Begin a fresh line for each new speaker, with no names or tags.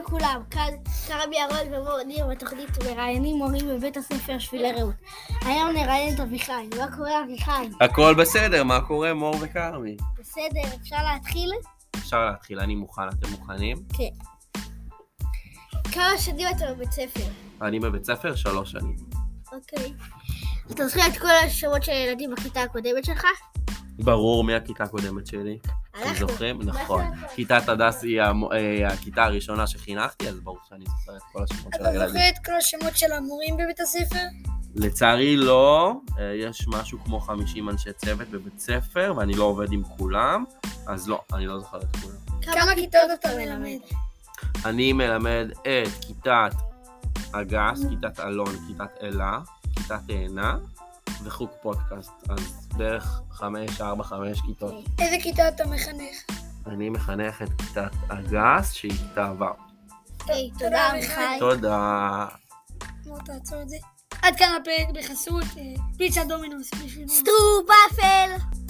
לכולם, כאן כרמי אהרון ומור ניר בתוכנית מראיינים מורים בבית הספר שבילי רעות. היום נראיין את אביחי, מה קורה אביחי?
הכל בסדר, מה קורה מור וכרמי?
בסדר, אפשר להתחיל?
אפשר להתחיל, אני מוכן, אתם מוכנים?
כן. כמה שנים אתה בבית ספר?
אני בבית ספר שלוש שנים.
אוקיי. אתה זוכר את כל השמות של הילדים בכיתה הקודמת שלך?
ברור מי הכיתה הקודמת שלי. אתם
אנחנו.
זוכרים?
מה
נכון.
שאתה-
כיתת הדס היא המו- אה, הכיתה הראשונה שחינכתי, אז ברור שאני זוכר את כל השמות של
אתה
הילדים.
זוכר את כל השמות של המורים בבית הספר?
לצערי לא, אה, יש משהו כמו 50 אנשי צוות בבית ספר, ואני לא עובד עם כולם, אז לא, אני לא זוכר את כולם.
כמה כיתות אתה מלמד?
אני מלמד את כיתת אגס, כיתת אלון, כיתת אלה, כיתת תאנה וחוג פודקאסט. אז בערך חמש, ארבע, חמש כיתות.
איזה כיתה אתה מחנך?
אני מחנך את כיתת אגס, שהיא כיתה ו'.
אוקיי,
תודה,
תודה אביחי.
אביחי.
תודה.
נו, תעצור את זה. עד כאן הפרק בחסות אה, פיצה דומינוס בשביל...
סטרופאפל!